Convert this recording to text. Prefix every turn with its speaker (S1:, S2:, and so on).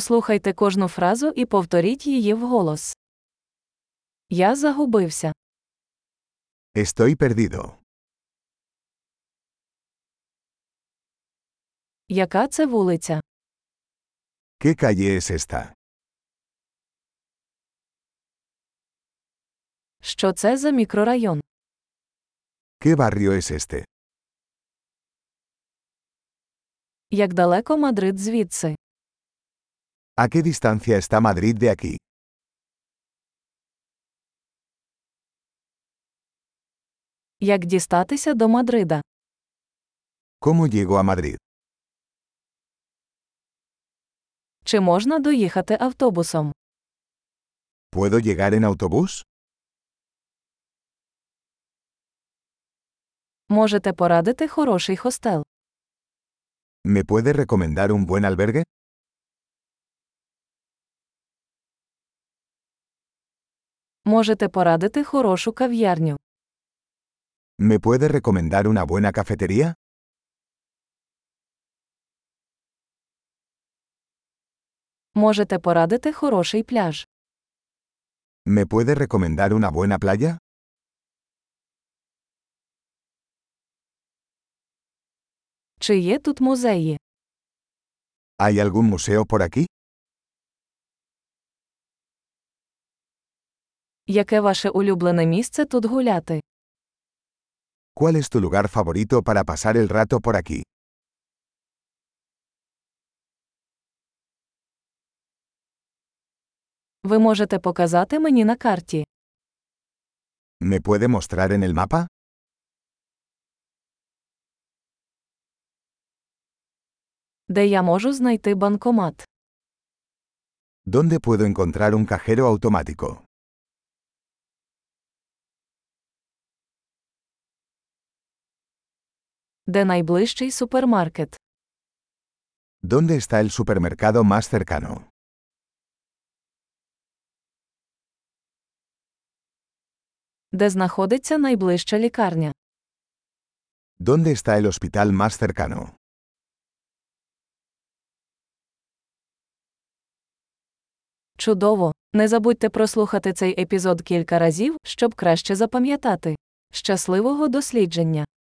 S1: Послухайте кожну фразу і повторіть її вголос. Я загубився.
S2: Estoy perdido.
S1: Яка це вулиця?
S2: ¿Qué calle es esta?
S1: Що це за мікрорайон?
S2: ¿Qué barrio es este?
S1: Як далеко Мадрид звідси?
S2: ¿A qué distancia está Madrid de aquí?
S1: Як дістатися до Мадрида?
S2: ¿Cómo llego a Madrid?
S1: Чи можна доїхати автобусом?
S2: ¿Puedo llegar en autobús?
S1: Можете порадити хороший хостел.
S2: ¿Me puede recomendar un buen albergue?
S1: Можете порадити хорошу кав'ярню.
S2: ¿Me puede recomendar una buena cafetería?
S1: Можете порадити хороший пляж.
S2: ¿Me puede recomendar una buena playa?
S1: Чи є тут музеї?
S2: ¿Hay algún museo por aquí?
S1: Яке ваше улюблене місце тут гуляти?
S2: ¿Cuál es tu lugar favorito para pasar el rato por aquí?
S1: Ви можете показати мені на карті.
S2: ¿Me puede mostrar en el mapa?
S1: Де я можу знайти банкомат?
S2: ¿Dónde puedo encontrar un cajero automático?
S1: Де найближчий супермаркет?
S2: ¿Dónde está el supermercado más cercano?
S1: Де знаходиться найближча лікарня?
S2: ¿Dónde está el hospital más cercano?
S1: Чудово! Не забудьте прослухати цей епізод кілька разів, щоб краще запам'ятати. Щасливого дослідження!